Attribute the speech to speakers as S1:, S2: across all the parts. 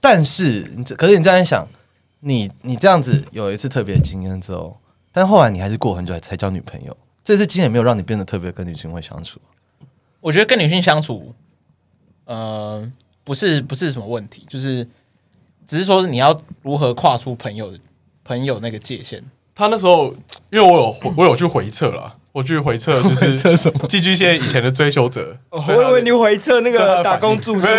S1: 但是，你这可是你这样想，你你这样子有一次特别经验之后，但后来你还是过很久才交女朋友，这次经验没有让你变得特别跟女性会相处。
S2: 我觉得跟女性相处，呃，不是不是什么问题，就是只是说你要如何跨出朋友的朋友那个界限。
S3: 他那时候，因为我有回我有去回测 啦，我去回测就是
S1: 这是什么？
S3: 寄居蟹以前的追求者。
S4: 我以为你回测那个打工 住宿，
S3: 对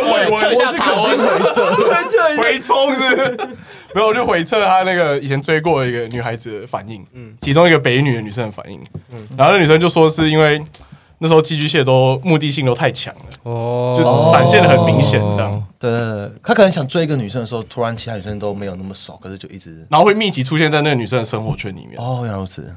S3: 我我
S2: 测一下
S3: 是
S2: 查温，
S4: 回测一下
S3: 回冲是不是没有，我就回测他那个以前追过一个女孩子的反应，其中一个北一女的女生的反应，然后那女生就说是因为那时候寄居蟹都目的性都太强了，
S4: 哦
S3: 就展现的很明显这样，
S1: 对对对，对他可能想追一个女生的时候，突然其他女生都没有那么熟，可是就一直
S3: 然后会密集出现在那个女生的生活圈里面。
S1: 哦，原来如此。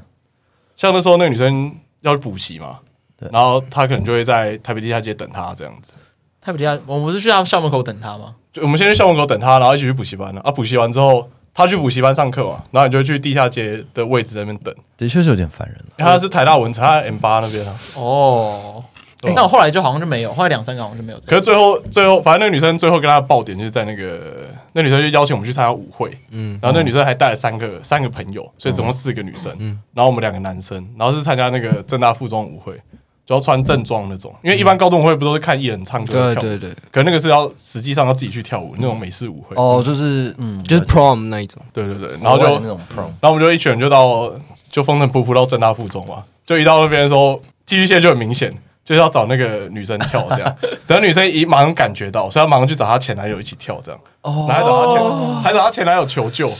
S3: 像那时候那个女生要去补习嘛
S1: 对，
S3: 然后她可能就会在台北地下街等她这样子。
S2: 他比较，我们不是去他校门口等他吗？
S3: 就我们先去校门口等她，然后一起去补习班了。啊，补习完之后，她去补习班上课嘛，然后你就去地下街的位置那边等。
S1: 的确是有点烦人了。
S3: 因为她是台大文才，她 M 八那边啊。
S2: 哦，
S3: 对
S2: 那我后来就好像就没有，后来两三个好像就没有这
S3: 可
S2: 样。
S3: 是最后最后，反正那个女生最后跟她的爆点就是在那个那女生就邀请我们去参加舞会，嗯，然后那女生还带了三个三个朋友，所以总共四个女生，嗯，然后我们两个男生，然后是参加那个正大附中舞会。就要穿正装那种，因为一般高中舞会不都是看艺人唱歌
S4: 对
S3: 跳舞
S4: 对对，
S3: 可那个是要实际上要自己去跳舞那种美式舞会。
S1: 哦，就是嗯，
S4: 就是 prom 那一种，
S3: 对对对，然后就
S1: 国外的那种 prom，
S3: 然后我们就一群人就到就风尘仆仆到正大附中嘛，就一到那边的时候，寄居蟹就很明显。就是要找那个女生跳这样，等女生一马上感觉到，所以她马上去找她前男友一起跳这样，然后还找她前还找她前男友求救，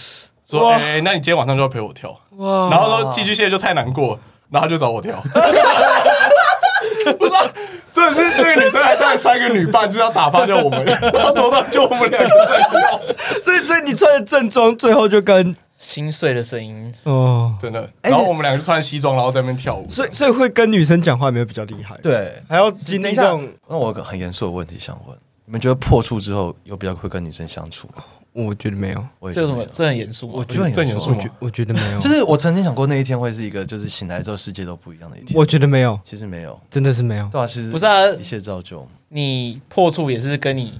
S3: 说：“哎、那你今天晚上就要陪我跳。”然后说寄居蟹就太难过，然后她就找我跳。 不是、啊，重点是那个女生还带了三个女伴，就是要打发掉我们， 然后头到就我们两个在跳，
S4: 所以所以你穿的正装，最后就跟
S2: 心碎的声音，
S4: 哦，
S3: 真的。然后我们两个就穿西装，然后在那边跳舞。
S4: 所以所以会跟女生讲话有没有比较厉害？，
S1: 对。
S4: 还要经历这种，
S1: 那我有个很严肃的问题想问：你们觉得破处之后有比较会跟女生相处吗？
S4: 我觉得没有，
S1: 我也
S2: 这有
S1: 觉
S2: 什
S1: 得没
S2: 么？这很严肃吗？
S1: 我觉得很
S3: 这很
S1: 严
S3: 严
S1: 肃
S3: 肃
S1: 啊
S3: 吗
S4: 我觉得没
S2: 哦
S4: 有，
S1: 就是我曾经想过那一天会是一个，就是醒来之后世界都不一样的一天。
S4: 我觉得没有，
S1: 其实没有，
S4: 真的是没有，
S1: 对啊，其实
S2: 不是啊
S1: 一切照旧。
S2: 你破处也是跟你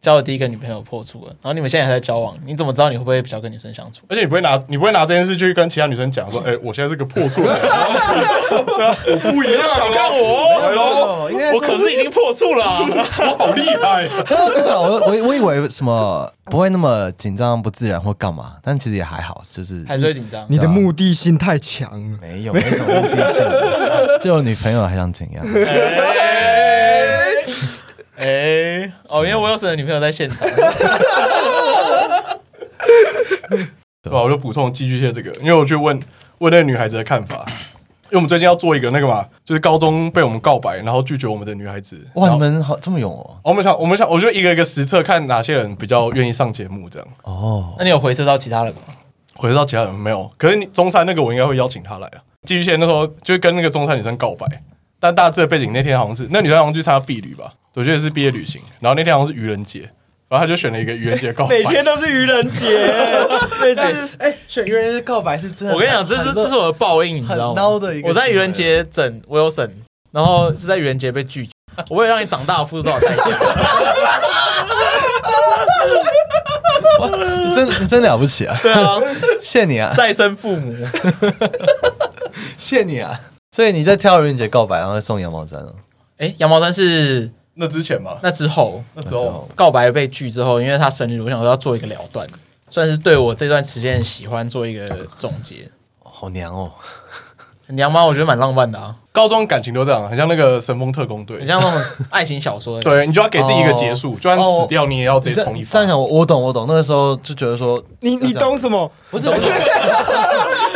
S2: 交的第一个女朋友破处了，然后你们现在还在交往，你怎么知道你会不会比较跟女生相处？
S3: 而且你不会拿，你不会拿这件事去跟其他女生讲说，哎、我现在是个破处男，对啊我不一样，想看我，
S1: 哦应该
S2: 我可是已经破处了、啊
S3: 我哎好厉害，啊
S1: 但是至少我 我我以为什么不会那么紧张、不自然或干嘛，但其实也还好，就是
S2: 还是会紧张。
S4: 你的目的性太强了，
S1: 没有没什么目的性，就有女朋友还想怎 样？
S2: 哎、哦，因为我有 l 的女朋友在现场，
S3: 对啊吧、我就补充寄居蟹这个，因为我去问问那个女孩子的看法，因为我们最近要做一个那个嘛，就是高中被我们告白然后拒绝我们的女孩子，
S1: 哇，
S3: 然
S1: 你
S3: 后
S1: 们好这么勇哦！
S3: 我们想，我们想，我就一个一个实测，看哪些人比较愿意上节目，这样。
S1: 哦，
S2: 那你有回撤到其他人吗？
S3: 回到其他人没有，可是你中山那个我应该会邀请他来啊。寄居蟹那时候就跟那个中山女生告白，但大致的背景那天好像是那女生好像去参加毕旅吧，我觉得是毕业旅行，然后那天好像是愚人节，然后他就选了一个愚人节 告白。
S4: 每天都是愚人 节，每次
S1: 哎，选愚人节告白是真
S2: 我跟你讲，这是这是我的报应，你知道
S1: 很
S2: 吗
S1: 孬的一？个
S2: 我在愚人节整 Wilson，然后是在愚人节被拒绝，我为了让你长大，我付出多少代价？
S1: 你真你真了不起啊！
S2: 对啊，
S1: 谢你啊，
S2: 再生父母，
S1: 谢你啊！所以你在挑愚人节告白，然后再送羊毛毡哦。
S2: 哎、羊毛毡是
S3: 那之前吧，
S2: 那之后，
S1: 那
S3: 那时
S1: 之
S3: 候
S1: 后
S2: 告白被拒之后，因为他生日，我想说要做一个了断，算是对我这段时间的喜欢做一个总结。
S1: 好娘哦！
S2: 娘妈，我觉得蛮浪漫的啊，
S3: 高中感情都这样，很像那个神风特工队
S2: 很，像那种爱情小说的。，
S3: 对你就要给自己一个结束，就算死掉你也要
S1: 哦
S3: 直
S1: 你
S3: 接
S1: 这
S3: 重一
S1: 这样
S3: 发。
S1: 想，我我懂我懂，那个时候就觉得说，
S4: 你你懂什么？
S2: 不是，不是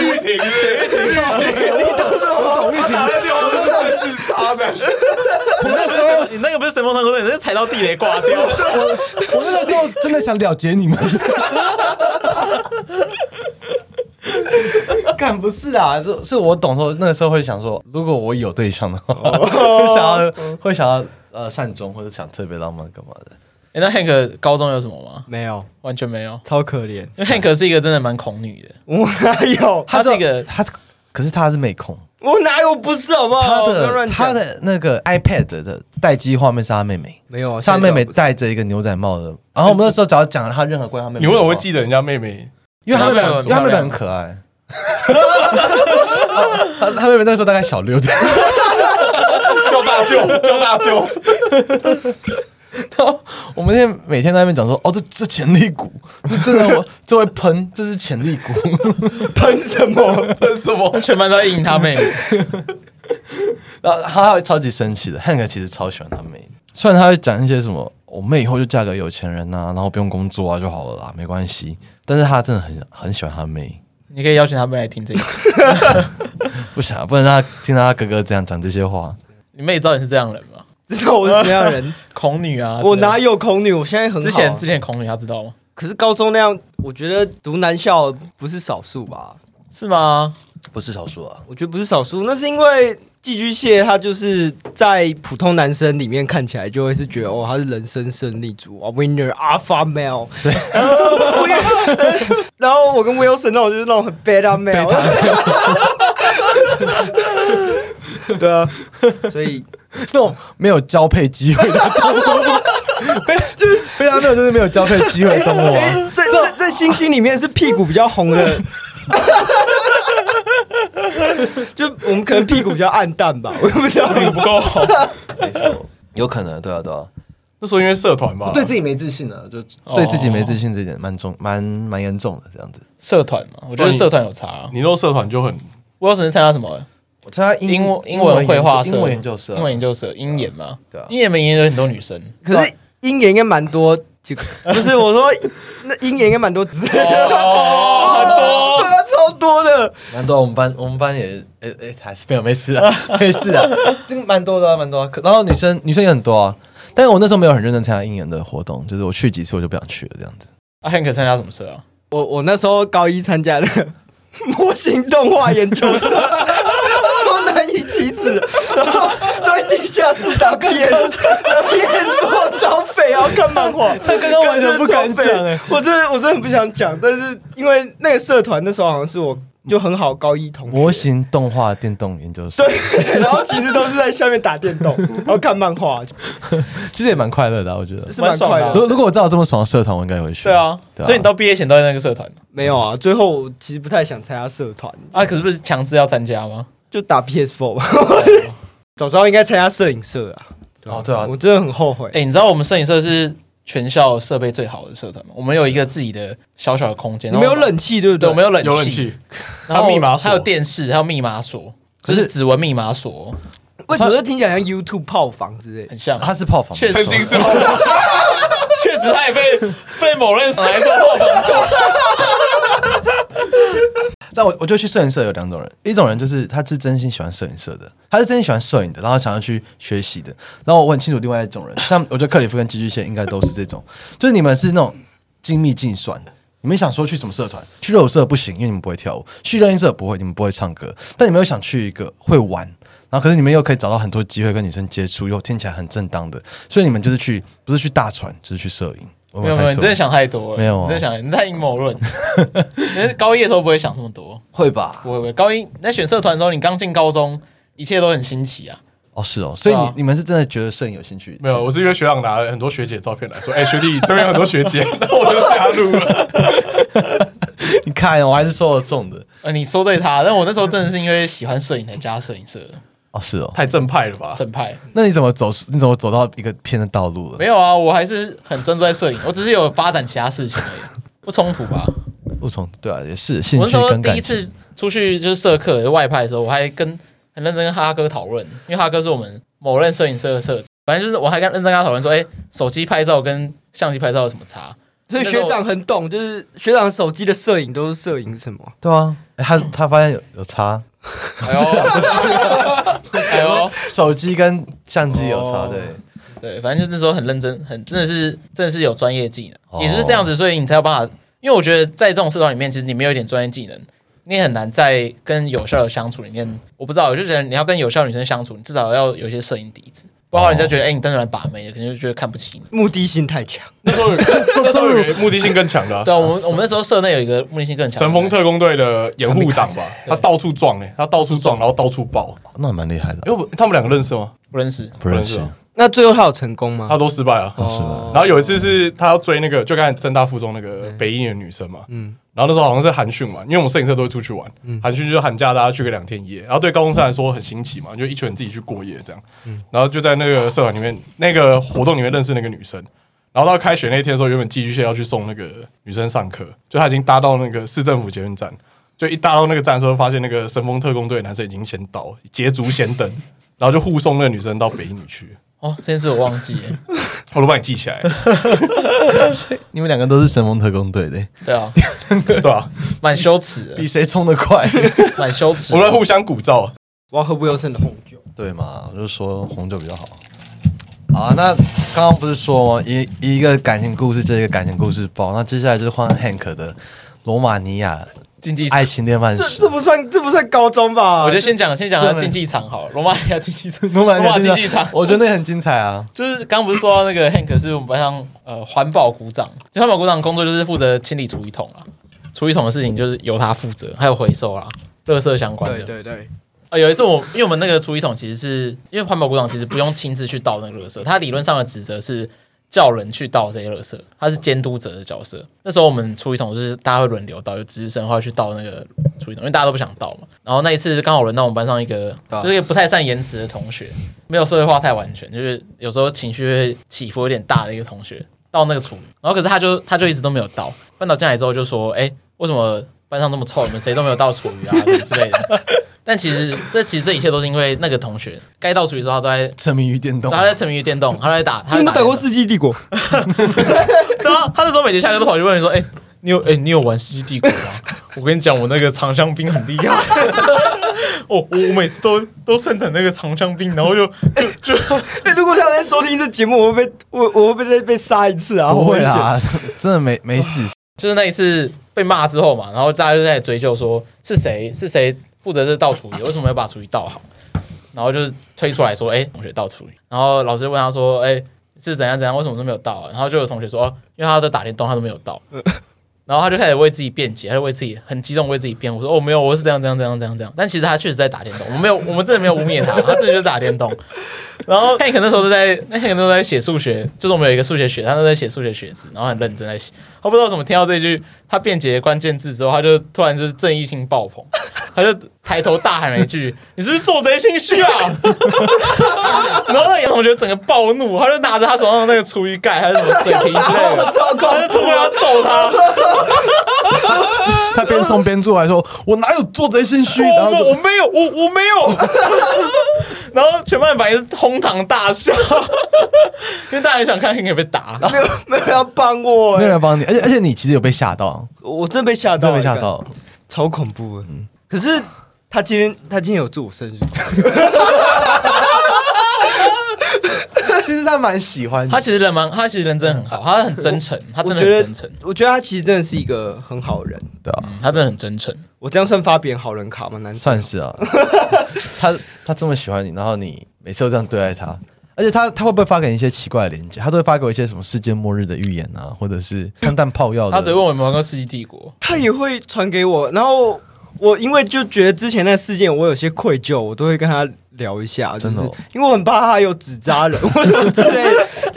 S3: 玉婷，玉婷，玉婷，
S1: 我懂玉婷，
S3: 打在电话都是自杀的，
S2: 我那时候你那个不是神风特工队，你是踩到地雷挂掉。
S1: 我那个时候真的想了结你们。 干不是啦，是是我懂说那个时候会想说，如果我有对象的话，会 想要会想要呃善终或者想特别浪漫干嘛的。
S2: 诶那 Hank 高中有什么吗？
S4: 没有，
S2: 完全没有，
S4: 超可怜，
S2: 因为 Hank 是一个真的蛮恐女的。
S4: 我哪有？
S2: 他
S1: 这
S2: 这个
S1: 他可是他是美控，
S4: 我哪有？不是好不好？
S1: 他
S4: 哦不要
S1: 的
S4: 乱讲
S1: 他的那个 iPad 的待机画面是他妹妹，
S4: 没有啊，
S1: 是他妹妹
S4: 现在
S1: 戴着一个牛仔帽的。然后我们那时候只要讲他任何关于他妹妹，
S3: 你为什么会？记得人家妹妹？
S1: 因为他妹妹，
S2: 没有没有
S1: 因为他妹妹很可爱。他 他妹妹那时候大概小六的，
S3: 叫大舅，叫大舅，
S1: 然后我们现在每天在那边讲说，哦，这这潜力股，这真的我这会喷，这是潜力股。
S3: 喷什么？喷什么？
S2: 全班都在应他妹妹，
S1: 然后他会超级生气的。汉克其实超喜欢他妹的，虽然他会讲一些什么我妹以后就嫁给有钱人呐、然后不用工作啊就好了啦，没关系。但是他真的很很喜欢他妹，
S2: 你可以邀请他妹来听这个。
S1: 不想、不能让他听到他哥哥这样讲这些话。
S2: 你妹知道你是这样的人吗？
S4: 知道我是什么样的人？
S2: 恐女啊，
S4: 我
S2: 之类的
S4: 哪有恐女？我现在很好啊
S2: 之前之前恐女，她知道吗？
S4: 可是高中那样，我觉得读男校不是少数吧？
S2: 是吗？
S1: 不是少数啊，
S4: 我觉得不是少数，那是因为寄居蟹它就是在普通男生里面看起来就会是觉得哦，他是人生胜利组啊，winner alpha male。对。 然后我跟 Wilson 那种就是那种很 beta male。对 啊，所以
S1: 这种没有交配机会的动物，被被他没有 就是没有交配机会的动物啊。
S4: 在在在星星里面是屁股比较红的。 就我们可能屁股比较暗淡吧，我也不知道。
S3: 屁股不够好。
S1: 没错，有可能，对啊，对啊，啊
S3: 那时候因为社团吧，
S1: 哦对自己没自信了，就对自己没自信这一点蛮重，蛮蛮严重的这样子。
S2: 社团嘛，我觉
S3: 哦
S2: 得
S3: 你
S2: 社团有差、啊。
S3: 你那时候社团就很
S2: 我有曾经参加什么
S1: 我参加英
S2: 英英
S1: 文
S2: 文绘画
S1: 研
S2: 社、
S1: 究英文研究社啊，
S2: 英文研究社、英研嘛，
S1: 对啊
S2: 英研没研有很多女生。
S4: 可是鹰眼应该蛮多，就不是我说那鹰眼应该蛮多只，
S2: 哦，很多。
S4: 对啊，超多的。
S1: 蛮多，我们班我们班也诶诶、还是没有没事 啊，没事啊，这个蛮多的、啊，蛮多、啊。可然后女生女生也很多啊，但是我那时候没有很认真参加应援的活动，就是我去几次我就不想去了这样子。
S2: 阿 Hank 参加什么社啊？
S4: 我我那时候高一参 加的模型动画研究社，超难以启齿，然后在地下室打 PS，打 PS 我超废，然后看漫画。
S1: 这刚刚完全不敢
S4: 真的超
S1: 讲
S4: 废
S1: 哎
S4: 我真的我真的很不想讲，但是因为那个社团那时候好像是我就很好高一同学
S1: 模型动画电动研究所，
S4: 对，然后其实都是在下面打电动，然后看漫画，
S1: 其实也蛮快乐的啊、我觉得。
S4: 是蛮快
S2: 蛮爽的
S4: 乐
S2: 啊
S4: 的
S1: 如。如果我知道有这么爽的社团，我应该也会去。
S2: 对啊，
S1: 对啊
S2: 所以你到毕业前都在那个社团
S4: 没有啊，最后我其实不太想参加社团，
S2: 啊？可是不是强制要参加吗？
S4: 就打 PS4 吧。早知道应该参加摄影社啊！
S1: 哦，对啊，
S4: 我真的很后悔。
S2: 哎、你知道我们摄影社是全校设备最好的社团吗？我们有一个自己的小小的空间，
S4: 你没有
S2: 然后
S4: 冷气对不
S2: 对，
S4: 对？
S2: 我们有冷
S3: 有冷
S2: 气，
S3: 气，
S2: 然后
S3: 还有密码锁
S2: 还有电视，还有密码锁，就
S1: 可是
S2: 是指纹密码锁，
S4: 为什么这听起来像 YouTube 炮房之类的？
S2: 很像。
S1: 他是炮房，
S2: 确实
S3: 曾经是吗？
S2: 确实，他也被被某人拿来做哦后方
S1: 但我我觉得去摄影社有两种人，一种人就是他是真心喜欢摄影社的，他是真心喜欢摄影的，然后想要去学习的。然后我很清楚另外一种人，像我觉得克里夫跟寄居蟹应该都是这种，就是你们是那种精密计算的。你们想说去什么社团？去热舞社不行，因为你们不会跳舞；去热音社不会，你们不会唱歌。但你们又想去一个会玩，然后可是你们又可以找到很多机会跟女生接触，又听起来很正当的，所以你们就是去不是去大船，就是去摄影。我
S2: 没有 没
S1: 猜
S2: 有，你
S1: 错
S2: 真的想太多了。
S1: 没有啊
S2: 你真的想，你太阴谋论。 你高一的时候不会想那么多，
S1: 会吧？
S2: 不会不会。高一你在选社团的时候，你刚进高中，一切都很新奇啊。
S1: 哦，是哦，所以你、
S2: 对啊
S1: 你们是真的觉得摄影有兴趣？
S3: 没有，我是因为学长拿了很多学姐的照 片来说，哎，学弟这边有很多学姐，那我就加入了。
S1: 你看，哦我还是说了中的。
S2: 呃，你说对他，但我那时候真的是因为喜欢摄影才加摄影社的
S1: 哦，是哦。
S3: 太正派了吧？
S2: 正派。
S1: 那你怎么走？你怎么走到一个偏的道路了
S2: 没？有啊，我还是很专注在摄影，我只是有发展其他事情而已，不冲突吧？
S1: 不从对啊，也是兴
S2: 我那
S1: 趣
S2: 时候
S1: 跟
S2: 第
S1: 感
S2: 一
S1: 情。
S2: 次出去就是社课就外派的时候，我还跟很认真跟哈哥讨论，因为哈哥是我们某任摄影社的社长，反正就是我还跟认真跟他讨论说，哎、手机拍照跟相机拍照有什么差？
S4: 所以学长很懂，就是学长手机的摄影都是摄影什么？
S1: 对啊，哎他他发现有有差，
S2: 哎呦， 哎呦，
S1: 手机跟相机有差，
S3: 哦
S1: 对。
S2: 对，反正就是那时候很认真，很真的是真的是有专业技能，
S1: 哦
S2: 也就是这样子，所以你才有办法。因为我觉得在这种社团里面，其实你没有一点专业技能，你也很难在跟有效的相处里面，我不知道，我就觉得你要跟有效的女生相处，你至少要有一些摄影底子，不然人家觉得哎、你单纯来把妹的，可能就觉得看不起你。
S4: 目的性太强，
S3: 那时候有那时候有一个目的性更强的 啊、
S2: 对啊，我们我们那时候社内有一个目的性更强，
S3: 神风特工队的掩护长吧，
S2: 对
S3: 他到处撞哎、他到处撞，然后到处爆。
S1: 那蛮厉害的
S3: 因，为我他们两个认识吗？
S2: 不认识，
S1: 不认识哦
S3: 不认识。
S4: 那最后他有成功吗？
S3: 他都失败啊。
S1: 是吧？
S3: 然后有一次是他要追那个，就刚才正大附中那个北一女的女生嘛，嗯，然后那时候好像是寒训嘛，因为我们摄影社都会出去玩，寒训就是寒假大家去个两天一夜，然后对高中生来说很新奇嘛，就一群人自己去过夜这样，然后就在那个社团里面那个活动里面认识那个女生，然后到开学那天的时候，原本寄居蟹要去送那个女生上课，就他已经搭到那个市政府捷运站，就一搭到那个站的时候，发现那个神风特工队的男生已经先到，捷足先登，然后就护送那个女生到北一女去，
S2: 哦，这件事我忘记了。
S3: 我都帮你记起来，
S1: 你们两个都是神风特工队的，
S2: 对啊，
S3: 对吧、
S2: 蛮羞耻的，
S1: 比谁冲得快，
S2: 蛮羞耻
S3: 我
S2: 的。
S3: 们来互相鼓噪。
S4: 我要喝 Wilson 的红酒。
S1: 对嘛？我就说红酒比较好。好啊，那刚刚不是说吗？一一个感情故事，这一个感情故事包，那接下来就是换 Hank 的罗马尼亚
S2: 竞技场
S1: 爱，情恋漫
S4: 这
S1: 史
S4: 这。不算这不算高中吧？
S2: 我觉得先讲先讲
S1: 真
S2: 他
S1: 的
S2: 竞技场好了，罗马尼亚竞技场，
S1: 罗马尼
S2: 罗
S1: 亚
S2: 马竞技场。
S1: 我觉得那很精彩啊！
S2: 就是刚不是说到那个 Hank 是我们班上呃环保股长，就环保股长工作就是负责清理厨余桶啦，啊厨余桶的事情就是由他负责，还有回收啦，垃圾相关的。
S4: 对对对，
S2: 呃，有一次我因为我们那个厨余桶其实是因为环保股长其实不用亲自去倒那个垃圾，他理论上的职责是叫人去倒这些垃圾，他是监督者的角色。那时候我们厨余桶就是大家会轮流倒，有值日生的话去倒那个厨余桶，因为大家都不想倒嘛。然后那一次刚好轮到我们班上一个
S4: 倒
S2: 就是一个不太善言辞的同学，没有社会化太完全，就是有时候情绪会起伏有点大的一个同学倒那个厨余，然后可是他就他就一直都没有倒，班导进来之后就说：“哎、为什么班上那么臭，你们谁都没有倒厨余啊什么之类的。”但其实这其实这一切都是因为那个同学该倒数的时候，他都在
S1: 沉迷于电动，
S2: 他在沉迷于电动，他在打，他在
S4: 你有没有打过《
S2: 电
S4: 世纪帝国》？
S2: 动然后他那时候每节下课都跑去问人说：“哎、你有哎、你有玩《世纪帝国》吗？ 我跟你讲，我那个长香槟很厉害。 哦，我我每次都都盛产那个长香槟，然后就就就
S4: 哎如果他在收听这节目，我会被我我会被被杀一次啊！
S1: 不会
S4: 好危险，
S1: 啦，真的没没事。
S2: 就是那一次被骂之后嘛，然后大家就在追究说是谁是谁负责这倒厨余，为什么没有把厨余倒好？然后就是推出来说，哎、同学倒厨余。然后老师就问他说，哎、是怎样怎样，为什么都没有倒啊、然后就有同学说，哦，因为他在打电动，他都没有倒。然后他就开始为自己辩解，他就为自己很激动为自己辩护，说哦没有，我是这样这样这样这样这样。但其实他确实在打电动，我们没有，我们真的没有污蔑他，他真的就是打电动。 然后 Hank 那时候都在，那 Hank 都在写数学，就是我们有一个数学学，他都在写数学学子，然后很认真在写。他不知道怎么听到这句他辩解的关键字之后，他就突然就是正义心爆棚， 他就抬头大喊了一句：“你是不是做贼心虚啊？” 然后那个同学整个暴怒，他就拿着他手上的那个厨余盖还是什么水瓶之类的，他就突然要揍他。
S1: 他边送边做，还说：“我哪有做贼心 虚？”然后
S2: 我我
S1: 就
S2: 没有，我我没有。 然后全班反应是哄堂大笑，因为大家很想看 Hank 被打。
S4: 没有没有人要帮我、
S1: 没有
S4: 哎
S1: 人帮你，而且而且你其实有被吓到，
S4: 我真被吓到
S1: 真
S4: 了，
S1: 的被吓到。
S4: 超恐怖的。
S1: 嗯
S4: 可是他今天他今天有祝我生日，
S1: 其实他蛮喜欢你
S2: 他其实人蛮，他其实人真的很好，他很真诚，他
S4: 我
S2: 真的
S4: 觉
S2: 很真
S4: 得
S2: 诚，
S4: 我觉得他其实真的是一个很好的人。
S1: 对啊，
S2: 他真的很真诚。
S4: 我这样算发别人好人卡吗？难道
S1: 算 是啊。他他这么喜欢你，然后你每次都这样对待他，而且他他会不会发给你一些奇怪的链接？他都会发给我一些什么世界末日的预言啊，或者是枪弹炮药的。
S2: 他只问我有没有玩过《世纪帝国
S4: 他也会传给我，然后我因为就觉得之前那事件我有些愧疚，我都会跟他聊一下，就
S1: 真
S4: 是
S1: 的哦
S4: 因为我很怕他有纸 扎人或什么之类的。》。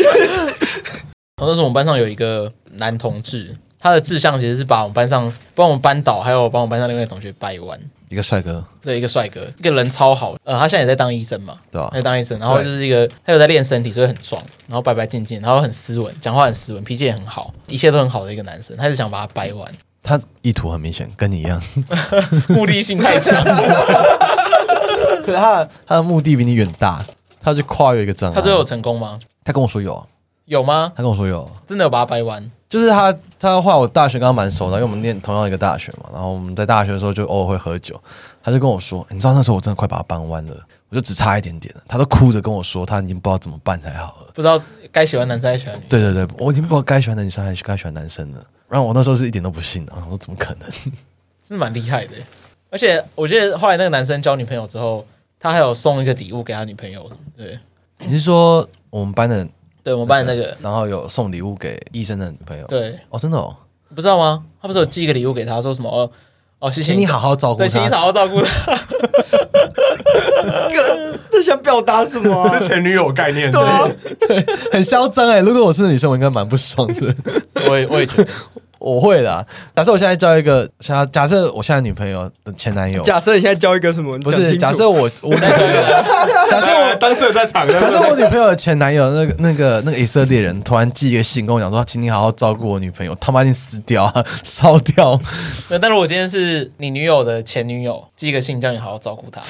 S2: 然后那时候我们班上有一个男同志，他的志向其实是把我们班上帮我们班导还有帮我们班上另外一个同学掰弯。
S1: 一个帅哥，
S2: 对，一个帅哥，一个人超好，呃，他现在也在当医生嘛，
S1: 对啊
S2: 在当医生，然后就是一个他有在练身体，所以很壮，然后白白净净，然后很斯文，讲话很斯文，脾气也很好，一切都很好的一个男生，他就想把他掰弯，
S1: 他意图很明显，跟你一样，
S2: 目的性太强，
S1: 可是他的他的目的比你远大，他就跨越一个障碍。
S2: 他最后有成功吗？
S1: 他跟我说有啊，
S2: 有吗？
S1: 他跟我说有啊，
S2: 真的有把他掰弯？
S1: 就是他，他的话我大学跟他蛮熟的，因为我们念同样一个大学嘛。然后我们在大学的时候就偶尔会喝酒，他就跟我说：“欸你知道那时候我真的快把他扳弯了，我就只差一点点了。”他都哭着跟我说，他已经不知道怎么办才好了。
S2: 不知道该喜欢男生还是喜欢女生？
S1: 对对对，我已经不知道该喜欢的女生还是该喜欢男生了。然后我那时候是一点都不信的，啊我说怎么可能？
S2: 真的蛮厉害的欸。而且我记得后来那个男生交女朋友之后，他还有送一个礼物给他女朋友。对，
S1: 你是说我们班的，
S2: 对我们班的那个，
S1: 然后有送礼物给医生的女朋友？，
S2: 对，
S1: 哦，真的哦，
S2: 你不知道吗？他不是有寄一个礼物给他，说什么哦哦，谢谢
S1: 请你好，好照顾
S2: 对，请你
S1: 他。
S2: 好好照顾他。
S4: 这想表达什么啊、
S3: 是前女友概念。
S4: 对
S1: 哦
S4: 啊，
S1: 很嚣张哎！如果我是女生，我应该蛮不爽的。
S2: 我也我也 觉得，
S1: 我会啦。假设我现在交一个，假假设我现在女朋友的前男友，
S4: 假设你现在交一个什么？你
S1: 不
S4: 讲清
S1: 是
S4: 楚
S1: 假设我我女朋友，假设我
S3: 当事人在场，
S1: 假设我女朋友的前男友那个那个那个以色列人突然寄一个信跟我讲说，请你好好照顾我女朋友，他妈你死掉 啊，烧掉！
S2: 那但是我今天是你女友的前女友，寄一个信叫你好好照顾她，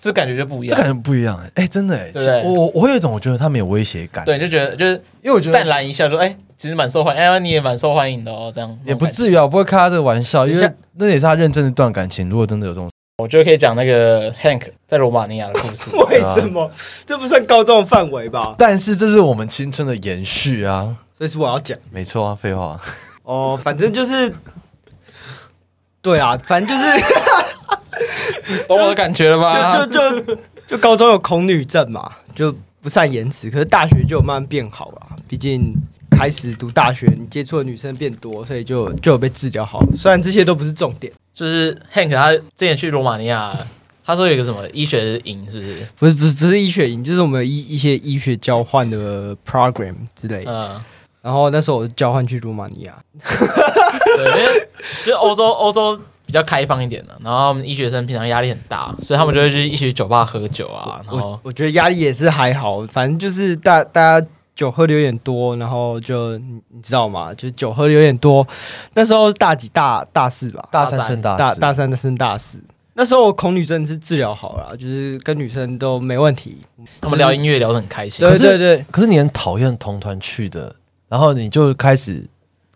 S2: 这感觉就不一
S1: 这
S2: 样。
S1: 感觉不一样哎、哎真的哎、
S2: 对不对
S1: 我我我会有一种我觉得他们有威胁感，
S2: 对，，你就觉得就是
S1: 因为我觉
S2: 淡
S1: 得
S2: 然一笑说，哎、其实蛮受欢迎，哎、你也蛮受欢迎的哦，这样
S1: 也不
S2: 至，
S1: 至于啊，我不会开他的玩笑，因
S4: 等一
S1: 为
S4: 下
S1: 那也是他认真的一段感情。如果真的有这种，
S2: 我觉得可以讲那个 Hank 在罗马尼亚的故 事。
S4: 为什么？这不算高中范围吧？
S1: 但是这是我们青春的延续啊，
S4: 所以是我要讲
S1: 没错啊，废话，
S4: 哦，反正就是，对啊，反正就是。
S2: 懂我的感觉了吧？
S4: 就就就就高中有恐女症嘛，就不善言辞。可是大学就有慢慢变好了，毕竟开始读大学，你接触的女生变多，所以就就有被治疗好。虽然这些都不是重点，
S2: 就是 Hank 他之前去罗马尼亚，他说有一个什么医学营，是不是？
S4: 不是不是不是医学营，就是我们有一一些医学交换的 program 之类的。
S2: 嗯，
S4: 然后那时候我交换去罗马尼亚，
S2: 对，因为就是欧洲欧洲比较开放一点的、然后他们医学生平常压力很大，所以他们就会去一起去酒吧喝酒啊，然后
S4: 我我觉得压力也是还好，反正就是大大家酒喝的有点多，然后就你你知道吗？就是酒喝的有点多，那时候大几大大四吧，
S1: 大
S2: 三
S1: 三升大
S4: 大
S1: 四，
S4: 大三的升大四。那时候我恐女症是治疗好了，就是跟女生都没问题。
S2: 他们聊音乐聊得很开心。
S4: 对
S1: 可是
S4: 对对，
S1: 可是你很讨厌同团去的，然后你就开始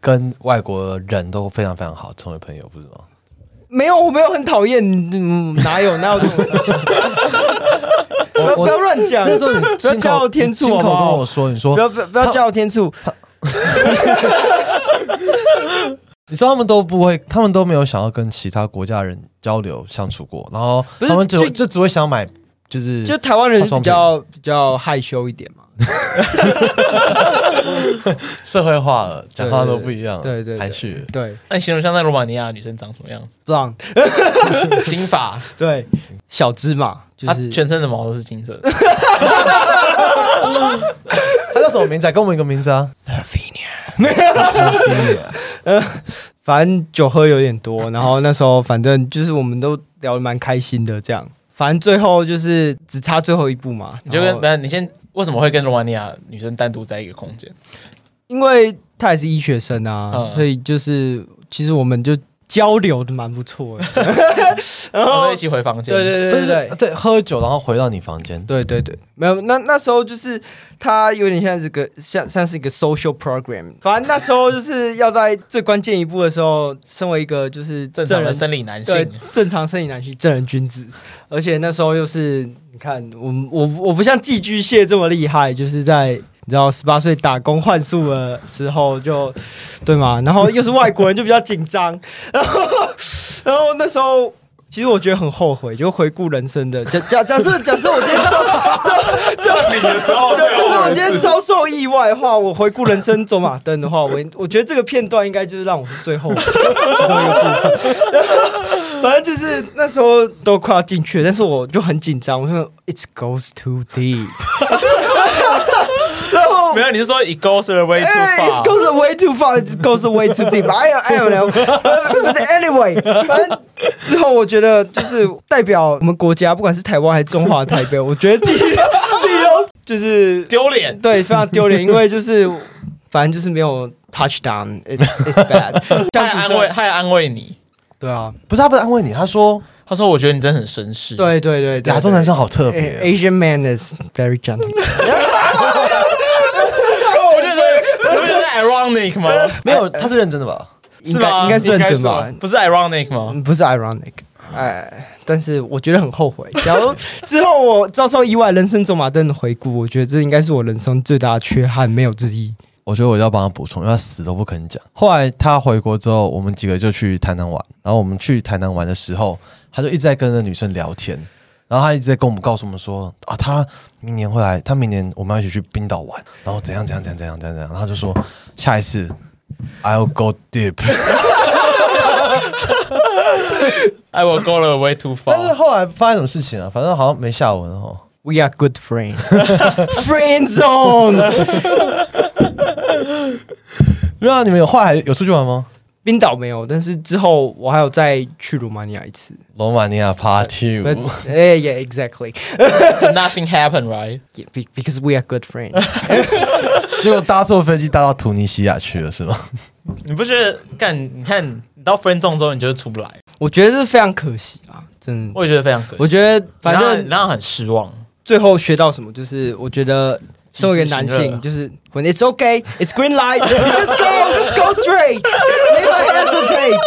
S1: 跟外国人都非常非常好，成为朋友，不是吗？
S4: 没有我没有很讨厌，嗯，哪有哪有这种事情？ 不要
S1: 我
S4: 不要乱讲，
S1: 那时候你
S4: 不要
S1: 亲
S4: 加
S1: 口
S4: 我天
S1: 你
S4: 醋
S1: 亲口
S4: 好不
S1: 跟
S4: 好
S1: 我？说，你
S4: 不
S1: 说
S4: 要不要不要加我天醋，
S1: 你知道他们都不会，他们都没有想要跟其他国家人交流相处过，然后
S4: 不是
S1: 他们只
S4: 就
S1: 会就只会想买，就是
S4: 就台湾人
S1: 化妆品
S4: 比较比较害羞一点嘛。
S1: 社会化了，讲话都不一样，
S4: 对对对
S1: 含蓄。
S4: 对，
S2: 那你形容像在罗马尼亚的女生长什么样子？
S4: 这样
S2: 金发，
S4: 对小芝麻就
S2: 她
S4: 是
S2: 全身的毛都是金色的。
S1: 他叫什么名字啊？跟我们一个名字啊？
S4: 反正酒喝有点 多，然后那时候反正就是我们都聊得蛮开心的，这样。反正最后就是只差最后一步嘛，
S2: 你就
S4: 然
S2: 跟
S4: 后
S2: 不是你先为什么会跟罗马尼亚女生单独在一个空间？
S4: 因为他也是医学生啊，
S2: 嗯
S4: 所以就是其实我们就交流的蛮 不错的。然
S2: 我
S4: 后
S2: 们一起回房间。
S4: 对对对对
S1: 对
S4: 对
S1: 对，喝酒然后回到你房间，
S4: 对对对，没有那那时候就是他有点像这个像像是一个 social program，反正那时候就是要在最关键一步的时候，身为一个就是
S2: 正常的
S4: 人
S2: 生理男
S4: 对
S2: 性，
S4: 正常生理男性正人君子，而且那时候又是你看我我我不像寄居蟹这么厉害，就是在你知道十八岁打工换宿的时候就对嘛，然后又是外国人就比较紧张， 然后然后那时候。其实我觉得很后悔，就回顾人生的假假假设假设我今天遭
S3: 证明的时候，啊
S4: 假设我今天遭受意外的话，我回顾人生啊走马灯的话，我我觉得这个片段应该就是让我是最后悔的一 个部分。反正就是那时候都快要进去了，但是我就很紧张，我说 It goes too deep，然后
S2: 没。有，你是说 it goes away too
S4: 哎
S2: far？
S4: ，It goes way too far. It goes way too deep. I don't- I don't know. But anyway，反正之后我觉得就是代表我们国家，不管是台湾还是中华台北，我觉得自己自己都就是
S2: 丢脸，
S4: 对，非常丢脸，因为就是 反正就是没有 touchdown，it's it's bad。
S2: 他
S4: 这
S2: 还
S4: 样子
S2: 安
S4: 说
S2: 慰，他还安慰你。
S4: 对啊，
S1: 不是他不是安慰你，他说
S2: 他说：“我觉得你真的很绅士。”，
S4: 对对对对，
S1: 亚洲男生好特
S4: 对。
S1: 别，啊
S4: 对 Asian man is very gentle。
S2: 我觉得，我觉得 ironic 吗？
S1: 没有，他是认真的吧？
S4: 应
S2: 是吗
S4: 该应该是认
S3: 应
S4: 真
S3: 该
S4: 吧？
S2: 不是 ironic 吗？
S4: 嗯不是 ironic，哎，但是我觉得很后 悔。假如之后我遭受意外，人生走马灯的回顾，我觉得这应该是我人生最大的缺憾，没有之一。
S1: 我觉得我要帮他补充，因为他死都不肯讲。后来他回国之后，我们几个就去台南玩，然后我们去台南玩的时候，他就一直在跟那女生聊天，然后他一直在跟我们告诉我们说啊，他明年会来，他明年我们要一起去冰岛玩，然后怎样怎样怎样怎样怎样怎样，然后他就说下一次 I'll go deep。
S2: 哎，我 go 了 way too
S1: 但是
S2: far。
S1: 后来发生什么事情啊？反正好像没下文哦。
S4: We are good friends. Friend zone，
S1: 没有啊，你们有后来有出去玩吗？
S4: 冰岛没有，但是之后我还有再去罗马尼亚一次。
S1: 罗马尼亚 Party 舞
S4: But 哎 yeah, yeah, exactly.
S2: Nothing happened, right？
S4: Yeah, be- because we are good friends.
S1: 结果搭错飞机搭到突尼西亚去了是吗？
S2: 你不觉得？干，你看你到 friend 中之后，你就是出不来。
S4: 我觉得这非常可惜啊，真的。
S2: 我也觉得非常可惜。
S4: 我觉得反
S2: 你让
S4: 正
S2: 你让人很失望。
S4: 最后学到什么，就是我觉得身为一个男
S2: 及时行乐
S4: 性，就是 when it's okay, it's green light, you just go go straight, never hesitate.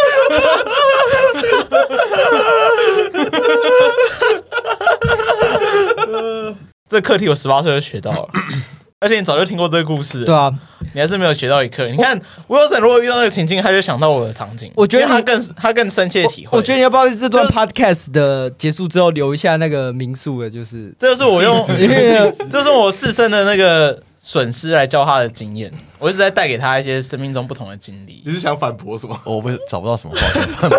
S2: 这个课题我十八岁就学到了， 而且你早就听过这个故事，
S4: 对啊，
S2: 你还是没有学到一课。你看 Wilson 如果遇到那个情境，他就想到我的场景，
S4: 我觉得
S2: 因为他
S4: 你
S2: 更他更深切体会。
S4: 我觉得你要不要在这段
S2: 就
S4: podcast 的结束之后留一下那个民宿的，就是
S2: 这就是我用，
S4: 因为
S2: 这是我自身的那个损失来教他的经验。我一直在带给他一些生命中不同的经历。
S3: 你是想反驳什么？
S1: 我不找不到什么话。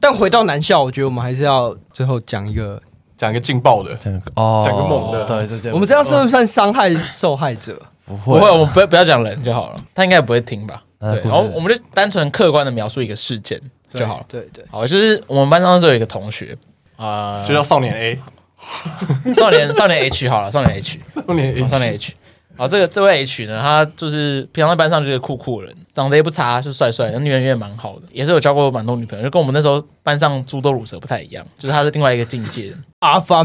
S4: 但回到南校，我觉得我们还是要最后讲一个，
S3: 讲一个劲爆的，
S1: 讲个哦，
S3: 讲个猛的
S1: 对，是这样。
S4: 我们这样算不算伤害受害者？
S1: 不
S2: 不
S1: 会
S2: 会，我们不要不要讲人就好了，他应该也不会听吧？
S1: 嗯
S2: 对，
S1: 故事
S2: 然后我们就单纯客观的描述一个事件就好了。
S4: 对对，对
S2: 好，就是我们班上那时候有一个同学啊，
S3: 就叫少年 A，
S2: 少年少年 H 好了，少年 H，
S3: 少年 A，
S2: 好少年哦 H。好，这个这位 H 呢，他就是平常在班上就是个酷酷的人，长得也不差，就帅帅的，女人也蛮好的，也是有交过蛮多女朋友，就跟我们那时候班上猪头乳蛇不太一样，就是他是另外一个境界。
S4: ，Alpha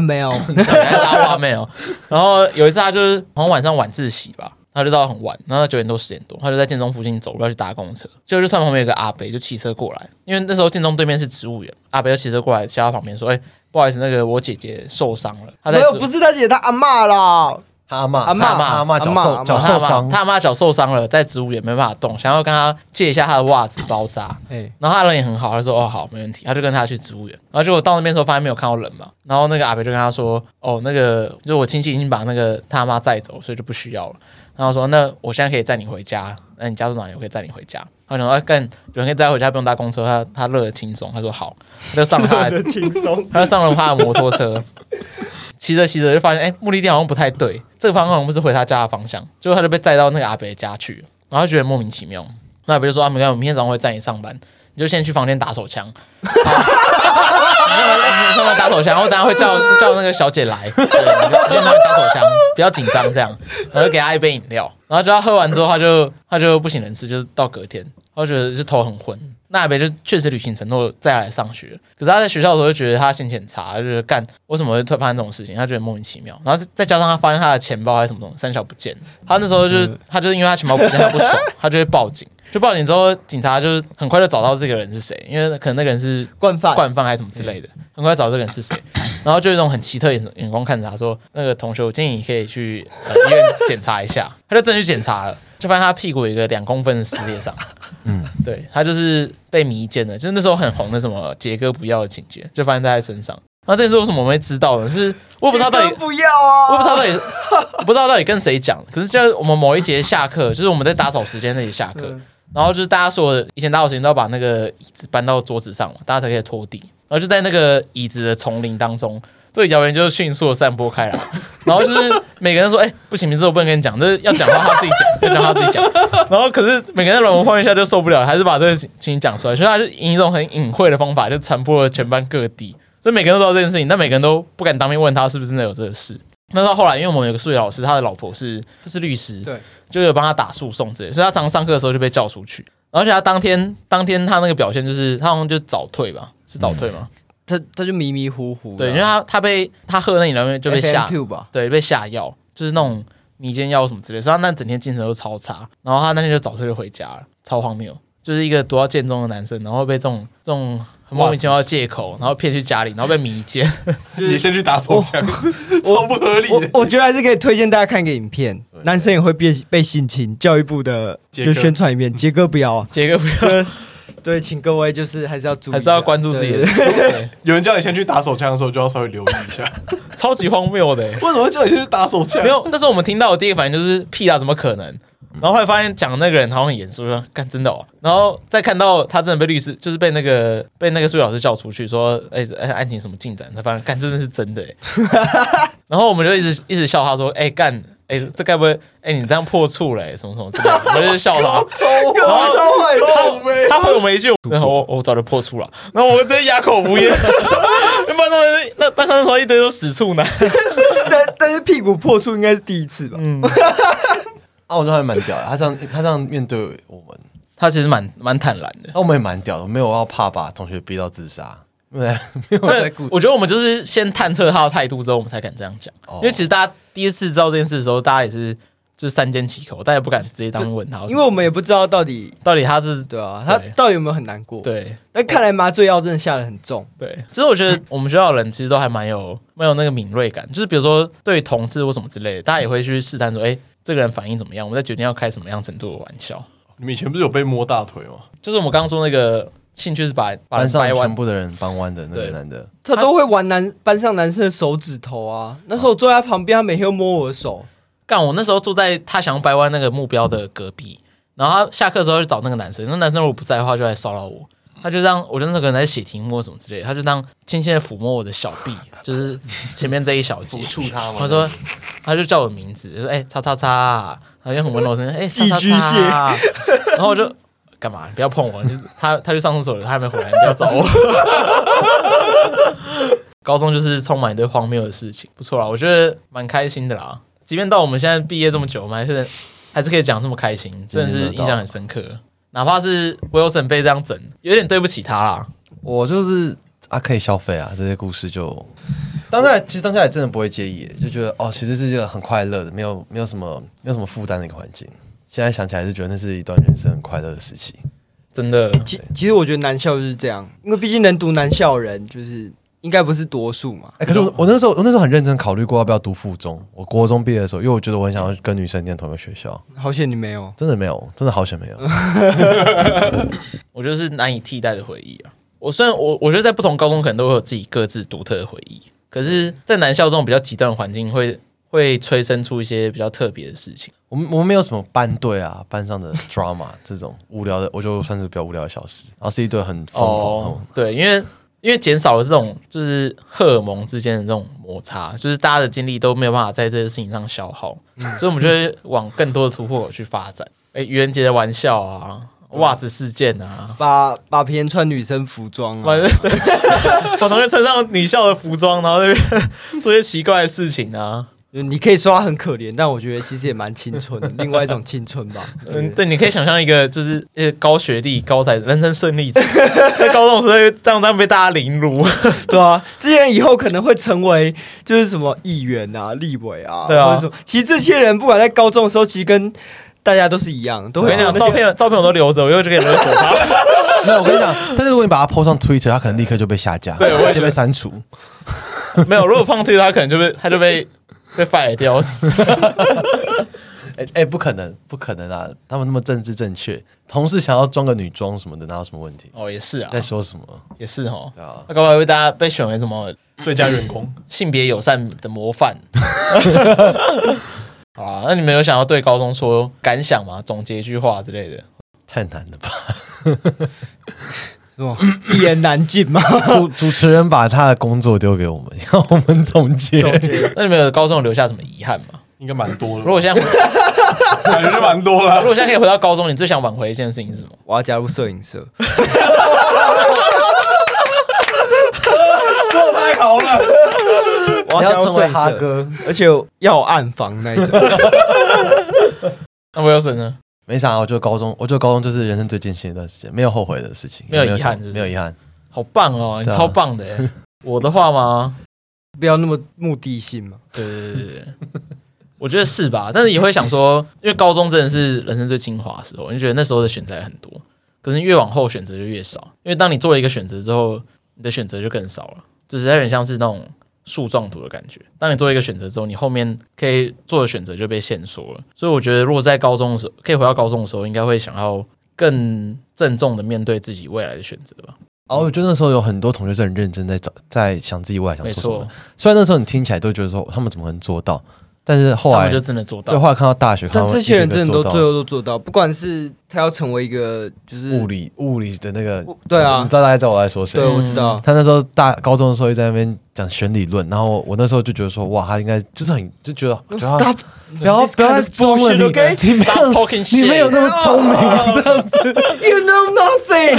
S4: male，
S2: 还是阿花妹哦。然后有一次，他就是好像晚上晚自习吧，他就到很晚，然后九点多十点多，他就在建中附近走路要去搭公车，结果就突然旁边有个阿北就骑车过来，因为那时候建中对面是植物园，阿北就骑车过来，骑到他旁边说：“哎、不好意思，那个我姐姐受伤了，她
S4: 没
S2: 在
S4: 有，
S2: 植
S4: 不是他姐，他阿嬷啦，
S1: 阿妈
S4: 阿嬷
S1: 阿妈脚
S4: 阿嬷
S1: 受
S4: 阿嬷
S1: 脚受伤，
S2: 他妈脚受伤了，在植物园没办法动，想要跟他借一下他的袜子包扎。”
S4: 哎，
S2: 然后他人也很好，他说哦好，没问题，他就跟他去植物园。然后结果到那边的时候，发现没有看到人嘛。然后那个阿北就跟他说，哦那个就是我亲戚已经把那个他妈载走，所以就不需要了。然后说那我现在可以载你回家，那你家住哪里？我可以载你回家。他想说哎干，有人可以载回家，不用搭公车，他他乐得轻松。他说好，他就上了 他的
S4: 轻松，
S2: 他就上了他的摩托车，骑着骑着就发现哎目的地好像不太对，这个方向好像不是回他家的方向，结果他就被载到那个阿北家去了，然后他觉得莫名其妙。那阿北就说啊没关系，我明天早上会载你上班。你就先去房间打手枪，你上班打手枪，然后等下会叫叫那个小姐来，对，你就先帮她打手枪，不要紧张这样，然后给她一杯饮料，然后叫她喝完之后，她就她就不省人事，就是到隔天，她觉得就头很昏。那阿北就确实履行承诺再来上学，可是他在学校的时候就觉得他心情很差，就觉得干为什么会突然发生这种事情，他觉得莫名其妙。然后再加上他发现他的钱包还是什么东西三小不见了，他那时候就是他就是因为他钱包不见，他不爽，他就会报警。就报警之后，警察就是很快就找到这个人是谁，因为可能那个人是
S4: 惯犯，
S2: 惯犯还是什么之类的，很快找这个人是谁，然后就有一种很奇特的眼眼光看着他说：“那个同学，我建议你可以去、呃、医院检查一下。” 他就真的去检查了，就发现他屁股有一个两公分的撕裂伤。嗯，对他就是被迷奸的，就是那时候很红的什么“杰哥不要”的情节，就发现在他身上。那这件事为什么我们会知道呢？是我也不知道到底
S4: 不要啊，
S2: 我也不知道到底，我不知道到底跟谁讲。可是现在我们某一节下课，就是我们在打扫时间那里下课，然后就是大家所有的以前打扫时间都要把那个椅子搬到桌子上嘛，大家才可以拖地。然后就在那个椅子的丛林当中，这个谣言就迅速的散播开来。然后就是每个人说：“哎、不行，名字我不能跟你讲，就是要讲的话他自己讲，要讲话他自己讲。”然后可是每个人在软文换一下就受不了，还是把这个情情讲出来，所以他就以一种很隐晦的方法就传播了全班各地。所以每个人都知道这件事情，但每个人都不敢当面问他是不是真的有这个事。那到后来，因为我们有个数学老师，他的老婆是是律师，
S4: 对，
S2: 就有帮他打诉讼之类的，所以他常上课的时候就被叫出去。而且他当天当天他那个表现就是他好像就早退吧，是早退吗？
S4: 他他就迷迷糊糊的，
S2: 对，因为他他被他喝那饮料就被吓
S4: two 吧，
S2: 对，被下药，就是那种迷奸药什么之类的，所以他那整天精神都超差。然后他那天就早退就回家了，超荒谬。就是一个读到建中的男生，然后被这种这种很莫名其妙的借口，然后骗去家里，然后被迷奸。 哦
S3: 你先去打手枪，超不合理的。
S4: 我我觉得还是可以推荐大家看一个影片，
S2: 对，
S4: 男生也会被被性侵，教育部的
S3: 杰
S4: 就
S3: 哥
S4: 宣传一遍，杰哥不要啊
S2: 杰哥不要，
S4: 对对，请各位就是还是要注意啊，
S2: 还是要关注自己
S4: 对
S2: 的，
S4: 对对
S2: 对
S3: 有人叫你先去打手枪的时候，就要稍微留意一下。
S2: 超级荒谬的欸。
S3: 为什么会叫你先去打手枪？
S2: 没有，那时候我们听到的第一个反应就是屁啊，怎么可能？然后后来发现讲的那个人好像很严肃，说干真的哦。然后再看到他真的被律师，就是被那个被那个数学老师叫出去说，哎、哎，案情什么进展？他发现干真的是真的欸。然后我们就一直一直笑他说，哎、干，哎、这该不会，哎、你这样破处了欸、什么什么之类的，我们就是笑他。
S4: 各位都会
S2: 他回我们一句，然后我我早就破处了，然后我们直接哑口无言。班上的那班上的同学一堆都死处男，
S4: 但但是屁股破处应该是第一次吧？
S1: 啊，我觉得还蛮屌的，他这样他这样面对我们，
S2: 他其实蛮蛮坦然的。
S1: 那我们也蛮屌的，没有要怕把同学逼到自杀，对， 没有在顾
S2: 我觉得我们就是先探测他的态度之后，我们才敢这样讲。
S1: 哦
S2: 因为其实大家第一次知道这件事的时候，大家也是就是三缄其口，大家也不敢直接当问他，
S4: 因为我们也不知道到底
S2: 到底他是
S4: 对啊，他
S2: 对
S4: 到底有没有很难过？，
S2: 对
S4: 但看来麻醉药真的下得很重。
S2: 对，其实我觉得我们学校的人其实都还蛮有蛮有那个敏锐感，就是比如说对于同志或什么之类的，大家也会去试探说，哎、这个人反应怎么样，我们再决定要开什么样程度的玩笑。
S3: 你们以前不是有被摸大腿吗？
S2: 就是我们刚刚说那个兴趣是把把
S1: 班
S2: 人
S1: 上
S2: 掰弯
S1: 全，部的人帮弯的那个男的，
S4: 他都会玩男班上男生的手指头啊！那时候我坐在他旁边，他每天都摸我的手，
S2: 干，我那时候住在他想要掰弯那个目标的隔壁，然后他下课的时候就找那个男生，那男生如果不在的话，就来骚扰我。他就这样，我就那时候可能在写题目或什么之类的，他就这样轻轻的抚摸我的小臂，就是前面这一小节，触他嘛。他说，他就叫我名字，就说哎、叉叉叉，好像很温柔声，哎、叉叉
S4: 寄居蟹
S2: 叉，然后我就干嘛？你不要碰我！就是他他去上厕所了，他还没回来，你不要找我。 高中就是充满一堆荒谬的事情，不错啊啦，我觉得蛮开心的啦。即便到我们现在毕业这么久，我们还是还是可以讲这么开心，真的是印象很深刻。哪怕是 Wilson 被这样整，有点对不起他啦。
S1: 我就是啊可以消费啊，这些故事就当下其实当下也真的不会介意，就觉得哦，其实是一个很快乐的，没有没有什么没有什么负担的一个环境。现在想起来是觉得那是一段人生很快乐的时期。
S2: 真的，
S4: 其其实我觉得男校就是这样，因为毕竟能读男校的人就是应该不是多数嘛。
S1: 哎、可是我我那时候我那时候很认真考虑过要不要读附中。我国中毕业的时候，因为我觉得我很想要跟女生念同一个学校，
S4: 好险你没有，
S1: 真的没有，真的好险没有。
S2: 我觉得是难以替代的回忆啊。我虽然我我觉得在不同高中可能都会有自己各自独特的回忆，可是，在男校这种比较极端的环境会，会催生出一些比较特别的事情。
S1: 我们我们没有什么班队啊，班上的 drama 这种无聊的，我就算是比较无聊的小事。然后是一对很疯狂，嗯
S2: 哦对，因为因为减少了这种就是荷尔蒙之间的这种摩擦，就是大家的精力都没有办法在这些事情上消耗，所以我们就会往更多的突破口去发展。哎，愚人节的玩笑啊，袜子事件啊，
S4: 把把别人穿女生服装
S2: 反
S4: 啊，
S2: 正把同学穿上女校的服装，然后在那边做一些奇怪的事情啊。
S4: 你可以说他很可怜，但我觉得其实也蛮青春的，另外一种青春吧。
S2: 嗯，对，你可以想象一个就是 呃高学历、高才、人生胜利者， 在高中的时候就这样这样被大家凌辱，
S4: 对啊，这些人以后可能会成为就是什么议员啊、立委啊，
S2: 对啊
S4: 或者什么。其实这些人不管在高中的时候，其实跟大家都是一样，都
S2: 我
S4: 会
S2: 跟你讲，
S4: 做那
S2: 照
S4: 个
S2: 片照片我都留着，我以后就可以勒索他。
S1: 没有，我跟你讲，但是如果你把它 PO 上 Twitter，它可能立刻就被下架，
S2: 对我也觉得
S1: 直接被删除。
S2: 没有，如果碰 Twitter，他可能就被他就被 被 fire 掉。
S1: 哎、哎、不可能，不可能啊！他们那么政治正确，同事想要装个女装什么的，哪有什么问题？
S2: 哦，也是啊
S1: 在，说什么？
S2: 也是哦。
S1: 对啊，
S2: 那搞不好被大家被选为什么
S3: 最佳员工，
S2: 性别友善的模范。 好啊，那你们有想要对高中说感想吗？总结一句话之类的。
S1: 太难了吧？
S4: 什么一言难尽嘛。
S1: 主主持人把他的工作丢给我们，让我们总结。
S2: 那你们有高中有留下什么遗憾吗？
S3: 应该蛮多的吧。
S2: 如果现在回，
S3: 感觉就蛮多
S2: 如
S3: 了。
S2: 果现在可以回到高中，你最想挽回一件事情是什么？
S4: 我要加入摄影社，
S3: 说的太好了，
S4: 我加
S1: 你要
S4: 入摄
S1: 成为
S4: 影
S1: 哈
S4: 社，而且要暗房那一种。
S2: 那 Wilson 呢？
S1: 没啥，我觉得高中，我觉得高中就是人生最艰辛的一段时间，没有后悔的事情，
S2: 没有
S1: 也
S2: 遗憾
S1: 想
S2: 是不是
S1: 没有遗憾。
S2: 好棒哦，你
S1: 对啊
S2: 超棒的欸。我的话吗？
S4: 不要那么目的性嘛，
S2: 对对对对对， 我觉得是吧？但是也会想说，因为高中真的是人生最精华的时候，你就觉得那时候的选择很多，可是越往后选择就越少，因为当你做了一个选择之后，你的选择就更少了，就是有点像是那种树状图的感觉。当你做一个选择之后，你后面可以做的选择就被限缩了。所以我觉得，如果在高中的时候，可以回到高中的时候，应该会想要更郑重的面对自己未来的选择吧。
S1: 哦，我觉得那时候有很多同学是很认真在找，在想自己未来想
S2: 没
S1: 做什么
S2: 错
S1: 的。，虽然那时候你听起来都觉得说他们怎么能做到，但是后
S2: 他
S1: 来
S2: 们就真的做
S1: 对
S2: 到。
S1: 后来看到大学，看
S4: 但
S1: 到
S4: 这些人真的都
S1: 一个一个
S4: 最
S1: 做
S4: 后都做到，不管是他要成为一个就是
S1: 到物，理物理的那个，
S4: 对
S1: 你
S4: 啊，
S1: 知道大家知道我在说谁
S4: 对，？我知道，
S1: 他那时候大高中的时候一直在那边讲选理论，然后我那时候就觉得说，哇，他应该就是很就觉得，觉得他
S4: Stop
S1: 不要不要再装了，你
S2: okay?
S1: 你没
S2: Stop
S1: 有
S2: talking
S1: 你没有那么聪 明啊，这样子。
S4: you know nothing，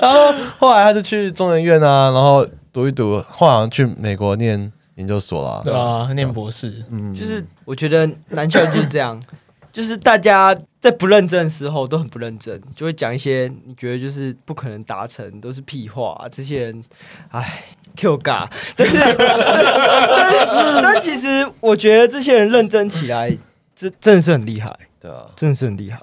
S1: 然后后来他就去中研院啊，然后读一读，后来好像去美国念研究所啦。
S2: 对啊，念博士，
S1: 嗯，
S4: 就是我觉得男校就是这样， 就是大家在不认真的时候都很不认真，就会讲一些你觉得就是不可能达成，都是屁话、这些人，唉。Q 尬，但是 但是 但其实我觉得这些人认真起来，真真的是很厉害，
S1: 对啊，
S4: 真的是很厉害。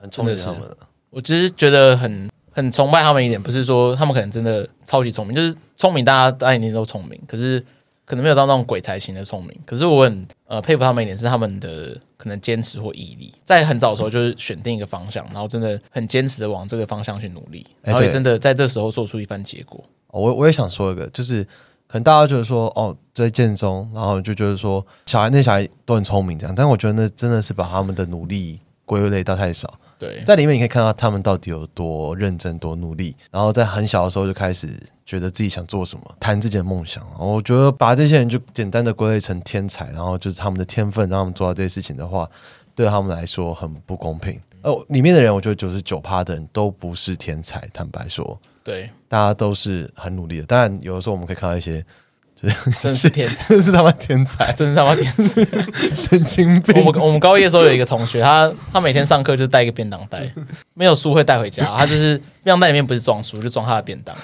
S1: 很聪明
S2: 真的
S1: 他
S2: 是
S1: 们的。
S2: 我只是觉得很很崇拜他们一点，不是说他们可能真的超级聪明，就是聪明，大家大家一定都聪明，可是可能没有到那种鬼才型的聪明。可是我很呃佩服他们一点是他们的可能坚持或毅力，在很早的时候就是选定一个方向，然后真的很坚持的往这个方向去努力，
S1: 哎
S2: 然后也
S1: 对
S2: 真的在这时候做出一番结果。
S1: 哦我我也想说一个，就是可能大家觉得说，哦，在建中，然后就觉得说，小孩那小孩都很聪明这样，但我觉得那真的是把他们的努力归类到太少。
S2: 对，
S1: 在里面你可以看到他们到底有多认真、多努力，然后在很小的时候就开始觉得自己想做什么，谈自己的梦想。哦我觉得把这些人就简单的归类成天才，然后就是他们的天分，让他们做到这些事情的话，对他们来说很不公平。哦，里面的人，我觉得九十九趴的人都不是天才，坦白说，
S2: 对，
S1: 大家都是很努力的。当然，有的时候我们可以看到一些，
S2: 真的是天才，
S1: 真的是他妈天才，
S2: 真是他妈天才！
S1: 神经病。
S2: 我们我们高一的时候有一个同学，他他每天上课就带一个便当袋，没有书会带回家，他就是便当袋里面不是装书，就装他的便当。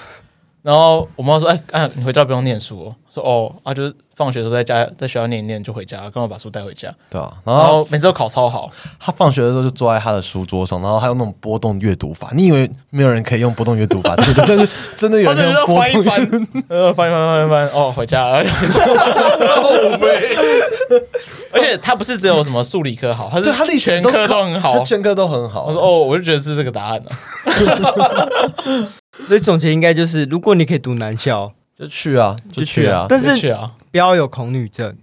S2: 然后我妈说：“哎、啊，你回家不用念书哦。”说：“哦，啊，就是放学的时候在家在学校念一念就回家，刚好把书带回家。
S1: 对啊，然
S2: 然
S1: 后
S2: 后每次都考超好，
S1: 他放学的时候就坐在他的书桌上，然后还有那种波动阅读法。你以为没有人可以用波动阅读 法，对不对？但是真的有
S2: 他就
S1: 人
S2: 是
S1: 用波
S2: 翻一
S1: 动阅
S2: 翻，呃，翻一翻翻一翻，哦，回家了。而且他不是只有什么数理科好，他是
S1: 对他历史
S2: 全
S1: 都
S2: 科都很好
S1: 他。全科都很好。
S2: 我说：“哦，我就觉得是这个答案、啊。
S4: 所以总结应该就是，如果你可以读男校，
S1: 就去啊，就去啊。
S4: 但
S2: 就去
S4: 是
S2: 啊，
S4: 不要有恐女症，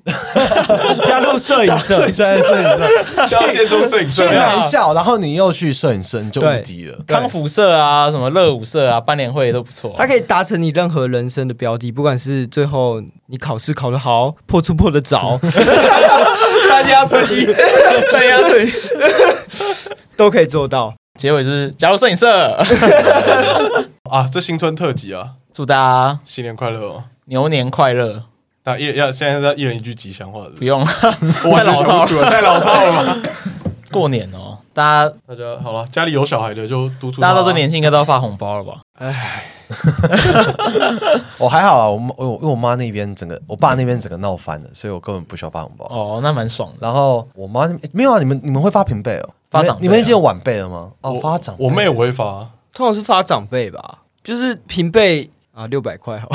S4: 加入摄影社
S1: 对，。在摄影社，
S3: 像建中摄影
S1: 去
S3: 社一样，
S1: 南校，然后你又去摄影社，你就无敌了。
S2: 康复社啊啊，什么乐舞社啊，班联会都不错、
S4: 它可以达成你任何人生的标的，不管是最后你考试考得好，破处破得早，
S3: 大家成一，大
S4: 啊
S3: 家成一，
S4: 都可以做到。
S2: 结尾就是加入摄影社，
S3: 啊！这新春特辑啊，
S2: 祝大家
S3: 新年快乐哦！
S2: 牛年快乐！
S3: 那一人要现在在一人一句吉祥话，
S2: 不用了，
S3: 我完全想不出来，太老套了。
S2: 过年哦，大家
S3: 大家好了，家里有小孩的就督促
S2: 大家到这
S3: 这
S2: 年纪应该都要发红包了吧？
S1: 我还好啊，我妈我因为我妈那边整个，我爸那边整个闹翻了，所以我根本不需要发红包。
S2: 哦，那蛮爽的。
S1: 然后我妈那边诶没有啊，你们你们会发平辈哦，
S2: 发长辈啊
S1: 你们已经有晚辈了吗？哦，
S3: 我
S1: 发长辈，
S3: 我妹我会发，
S4: 通常是发长辈吧，就是平辈啊，六百块好。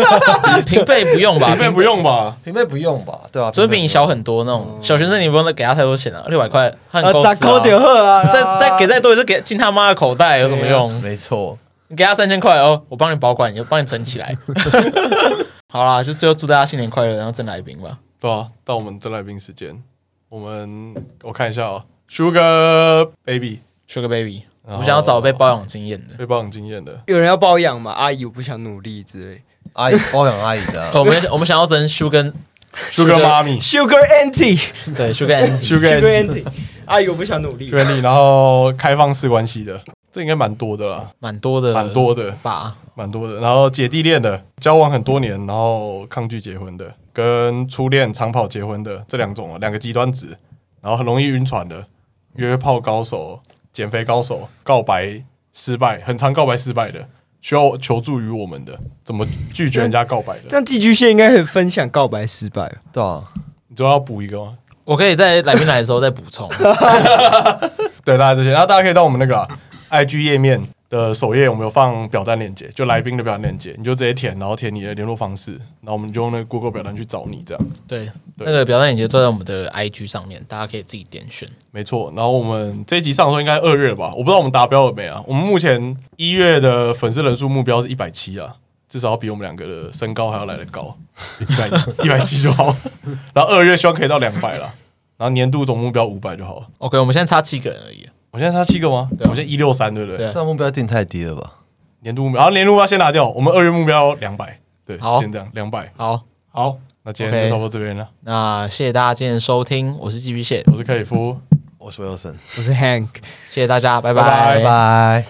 S2: 平辈不用吧？
S3: 妹妹不用吧？
S1: 平辈不用吧？对啊，
S2: 准
S1: 平辈
S2: 比你小很多那种小学生，你不用再给他太多钱啊了，六百块他很够
S4: 砸
S2: 吃啊
S4: 扣点喝啊，
S2: 再再给再多也是给进他妈的口袋，有什么
S1: 不用
S2: 用？
S1: 没错。
S2: 你给他三千块哦，我帮你保管，也帮你存起来。 好啦，就最后祝大家新年快乐，然后真来宾吧。
S3: 对啊，到我们真来宾时间，我们我看一下啊，Sugar Baby
S2: Sugar Baby，
S3: 然后
S2: 我想要找被包养经验的。
S3: 被包养经验的，
S4: 有人要包养嘛？阿姨，我不想努力之类。
S1: 阿姨包养阿姨的啊、
S2: 哦我们我们想要征 Sugar
S3: Sugar Mommy
S4: Sugar Auntie，Sugar
S2: 对 Sugar Andy
S3: Sugar Andy
S4: Auntie，阿姨，我不想努力。
S3: Sugar Andy，然后开放式关系的，这应该蛮多的啦，
S2: 蛮多的，
S3: 蛮多的，
S2: 吧。
S3: 蛮多的。然后姐弟恋的，交往很多年，然后抗拒结婚的，跟初恋长跑结婚的这两种啊，两个极端值，然后很容易晕船的，约炮高手、减肥高手、告白失败，很常告白失败的，需要求助于我们的，怎么拒绝人家告白
S4: 这
S3: 的？
S4: 样寄居蟹应该可以分享告白失败吧。
S1: 对啊，
S3: 你知道要补一个吗？
S2: 我可以在来宾来 的时候再补充。
S3: 对，大概这些。然后大家可以到我们那个啊 IG 页面的首页我们有放表单链接，就来宾的表单链接，你就直接填，然后填你的联络方式，然后我们就用那个 Google 表单去找你，这样
S2: 对，
S3: 对
S2: 那个表单链接都在我们的 IG 上面，大家可以自己点选。
S3: 没错。然后我们这一集上的时候应该二月了吧？我不知道我们达标了没啊？我们目前一月的粉丝人数目标是一百七啊，至少要比我们两个的身高还要来得高，一百一百七就好。然后二月希望可以到两百啦，然后年度总目标五百就好了。
S2: OK，我们现在差七个人而已。
S3: 我现在差七个吗？
S2: 对啊
S3: 我现在一六三，对不对？
S2: 对
S1: 这样目标定太低了吧？
S3: 年度目标，然后年度目标先拿掉，我们二月目标两百，对，
S2: 好
S3: 先这样两百。
S2: 好，
S3: 好，那今天
S2: OK
S3: 就差不多这边了。
S2: 那谢谢大家今天的收听，我是寄居蟹，
S3: 我是克里夫，
S1: 我是 Wilson，
S4: 我是 Hank。
S2: 谢谢大家，拜
S3: 拜
S1: 拜拜。